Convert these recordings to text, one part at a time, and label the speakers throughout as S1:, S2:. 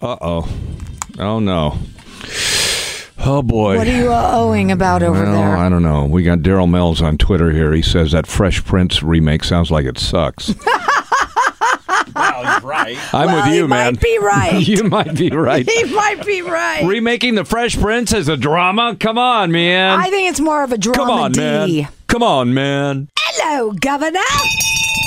S1: Uh oh. Oh no. Oh boy.
S2: What are you uh, owing about over
S1: Well,
S2: there?
S1: I don't know. We got Daryl Mel's on Twitter here. He says that Fresh Prince remake sounds like it sucks.
S3: Wow, he's right.
S1: I'm
S2: Well,
S1: with you,
S2: he
S1: man.
S2: might be right.
S1: you might be right.
S2: he might be right.
S1: Remaking the Fresh Prince as a drama? Come on, man.
S2: I think it's more of a dramedy.
S1: Come on, man. Come on, man.
S2: Hello, Governor.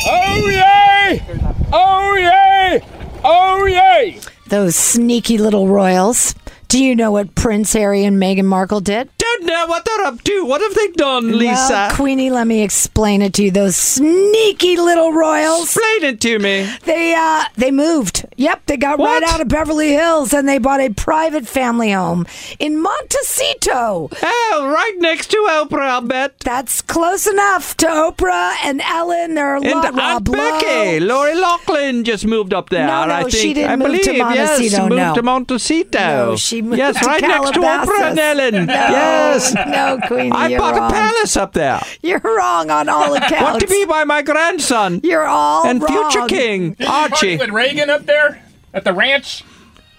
S3: Oh yay! Oh yay! Oh yay!
S2: Those sneaky little royals. Do you know what Prince Harry and Meghan Markle did?
S1: Don't know what they're up to. What have they done,
S2: Well, Queenie, let me explain it to you. Those sneaky little royals.
S1: Explain it to me.
S2: They uh they moved. Yep, they got
S1: What?
S2: right out of Beverly Hills and they bought a private family home in Montecito.
S1: Oh, right next to Oprah, I'll bet.
S2: That's close enough to Oprah and Ellen. They're a
S1: And
S2: lot
S1: Aunt
S2: Rob Lowe.
S1: Becky, Lori Loughlin just moved up there.
S2: No, no,
S1: I think.
S2: she didn't
S1: I
S2: move
S1: believe,
S2: to
S1: Yes,
S2: Montecito,
S1: moved
S2: no.
S1: to Montecito.
S2: No, she moved
S1: yes,
S2: to
S1: right next to Oprah and
S2: Calabasas.
S1: Ellen.
S2: No,
S1: yes,
S2: no, Queenie,
S1: I
S2: you're
S1: bought
S2: wrong.
S1: a palace up there.
S2: You're wrong on all accounts.
S1: Want to be by my grandson
S2: You're all
S1: and
S2: wrong.
S1: future king
S3: Did you party
S1: Archie
S3: with Reagan up there at the ranch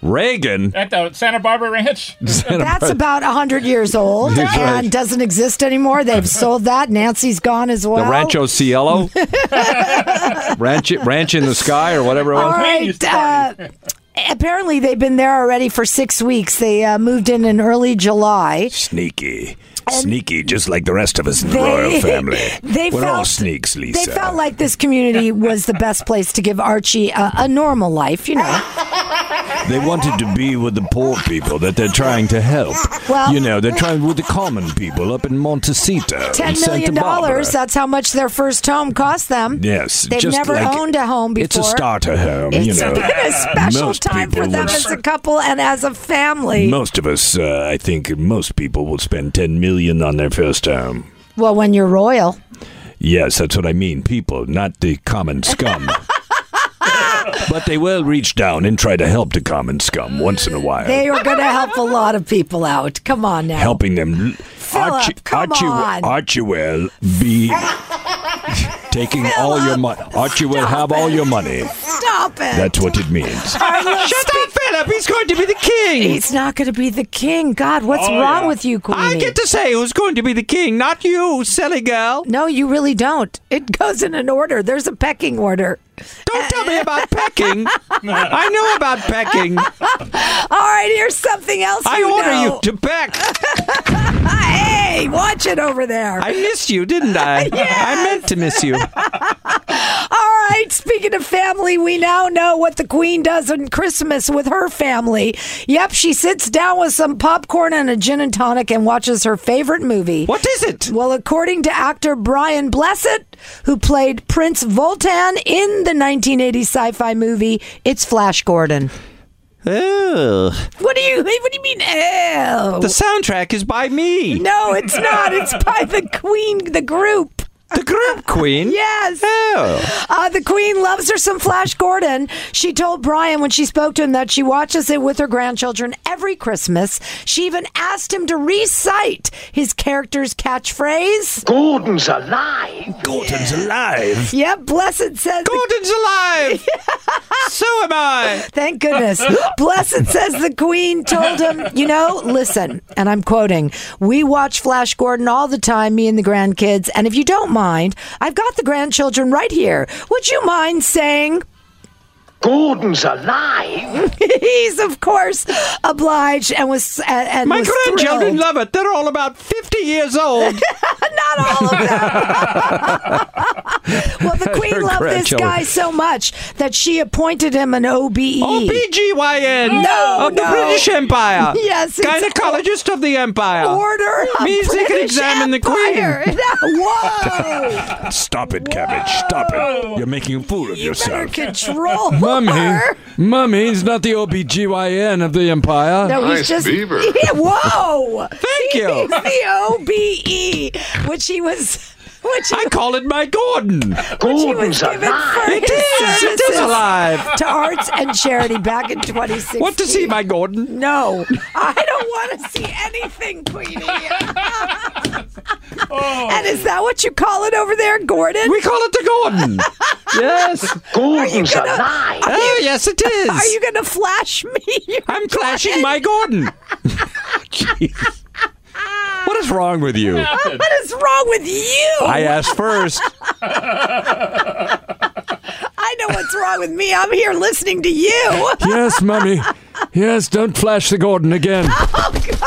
S1: Reagan.
S3: at the Santa Barbara Ranch.
S2: That's about 100 years old
S1: That's
S2: and
S1: right.
S2: doesn't exist anymore. They've sold that. Nancy's gone as well.
S1: The Rancho Cielo, ranch, ranch in the sky, or whatever it
S2: All
S1: was.
S2: right.
S3: Used to
S2: Uh, apparently, they've been there already for six weeks. They uh, moved in in early July.
S4: Sneaky. Sneaky, just like the rest of us in the royal family.
S2: They
S4: We're
S2: felt,
S4: all sneaks, Lisa.
S2: They felt like this community was the best place to give Archie a, a normal life, you know.
S4: They wanted to be with the poor people that they're trying to help.
S2: Well-
S4: you know, they're trying with the common people up in Montecito. and
S2: $10
S4: Santa
S2: million.
S4: Barbara.
S2: That's how much their first home cost them.
S4: Yes,
S2: They've
S4: just
S2: never
S4: like-
S2: owned a home before.
S4: It's a starter home, you
S2: It's
S4: know.
S2: been a special
S4: most
S2: time for
S4: people
S2: them
S4: will
S2: as a couple and as a family.
S4: Most of us, uh, I think, most people will spend ten million on their first home.
S2: well, when you're royal.
S4: Yes, that's what I mean. People, not the common scum. but they will reach down and try to help the common scum once in a while,
S2: They are going to help a lot of people out. Come on now.
S4: helping them.
S2: Philip, come
S4: Archie,
S2: on.
S4: Archie will be taking all your money. Archie will have all your money.
S2: Stop it.
S4: That's what it means.
S1: Shut up, Philip. He's going to be the king.
S2: He's not going to be the king. God, what's wrong with you, Queenie?
S1: I get to say who's going to be the king, not you, silly girl.
S2: No, you really don't. It goes in an order. There's a pecking order.
S1: Don't tell me about pecking. I know about pecking.
S2: All right, here's something else.
S1: I
S2: you
S1: order
S2: know.
S1: you to peck.
S2: Hey, watch it over there.
S1: I missed you, didn't I? I meant to miss you.
S2: All right, speaking of family, we now know what the queen does on Christmas with her family. Yep, she sits down with some popcorn and a gin and tonic and watches her favorite movie.
S1: What is it?
S2: Well, according to actor Brian Blessett, who played Prince Voltan in the 1980 sci-fi movie, it's Flash Gordon.
S1: Ugh.
S2: What do you what do you mean? Ew.
S1: The soundtrack is by me.
S2: no, it's not. It's by the Queen, the group.
S1: The group queen.
S2: Yes.
S1: Oh.
S2: Uh, the Queen loves her some Flash Gordon. She told Brian when she spoke to him that she watches it with her grandchildren every Christmas. She even asked him to recite his character's catchphrase.
S5: Gordon's alive.
S4: Gordon's alive.
S2: Yep, Blessed says.
S1: Gordon's alive. so am I.
S2: Thank goodness. Blessed says the Queen told him, you know, listen, and I'm quoting, we watch Flash Gordon all the time, me and the grandkids, and if you don't mind, I've got the grandchildren right here. Would you mind saying,
S5: Gordon's alive.
S2: he's of course obliged and was and, and
S1: My
S2: was
S1: grandchildren
S2: thrilled.
S1: love it. They're all about 50 years old.
S2: not all of them. well, the Queen
S1: Her
S2: loved this
S1: grandchildren.
S2: guy so much that she appointed him an E. OBE.
S1: Oh, BGYN.
S2: No,
S4: Oh,
S1: Of the
S2: no.
S1: British Empire.
S2: Yes, it's-
S1: Gynecologist of the Empire.
S2: Order of
S1: Music and
S2: British
S1: examine the
S2: Empire. Whoa!
S4: Stop it, Cabbage. Stop it. You're making a fool of
S2: You better
S4: yourself.
S2: control
S4: Mummy,
S2: her.
S4: mummy, he's not the OBGYN of the empire.
S2: No, he's just Yeah, whoa.
S1: Thank you.
S2: He's the OBE, which he E, was Which
S4: I call it my Gordon.
S2: he was
S5: Gordon's
S2: given for
S5: alive!
S2: his
S4: It is. It is
S2: services
S4: alive.
S2: to arts and charity back in 2016.
S4: What to see, my Gordon?
S2: No, I don't want to see anything, Queenie. And is that what you call it over there, Gordon?
S4: We call it the Gordon. Yes.
S5: Gordon's
S2: gonna-
S5: alive!
S4: Oh, yes, it is.
S2: Are you going to flash me?
S4: I'm flashing my Gordon. Jeez. What is wrong with you?
S3: Nothing.
S2: What is wrong with you?
S4: I asked first.
S2: I know what's wrong with me. I'm here listening to you.
S4: Yes, mummy. Yes, don't flash the Gordon again.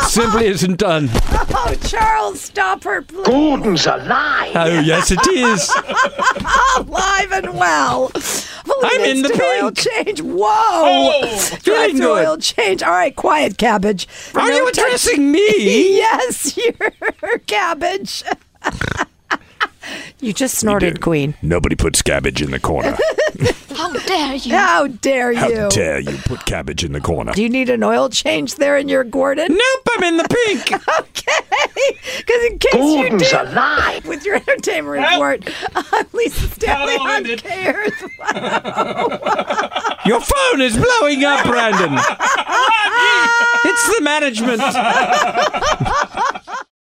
S4: Simply isn't done.
S2: Oh, Charles, stop her, please.
S5: Gordon's alive!
S4: Oh, yes, it is.
S2: Alive Oh, and well.
S4: I'm in the
S2: oil
S4: pink.
S2: change. Whoa.
S3: Oh,
S2: Drive
S4: feeling
S2: through
S4: good.
S2: oil change. All right, quiet, cabbage.
S4: Are
S2: No
S4: you
S2: touch-
S4: addressing me?
S2: Yes, you're cabbage. you just snorted, Queen.
S4: Nobody puts cabbage in the corner.
S6: How dare you?
S2: How dare
S4: How
S2: you?
S4: dare you put cabbage in the corner?
S2: Do you need an oil change there in your Gordon?
S4: Nope, I'm in the pink.
S2: Okay. Because in case you
S5: Gordon's
S2: do,
S5: alive!
S2: with your entertainment report, I'm Lisa Stanley
S3: all
S2: on
S3: ended.
S2: KRS-One.
S4: Your phone is blowing up, Brandon. It's the management.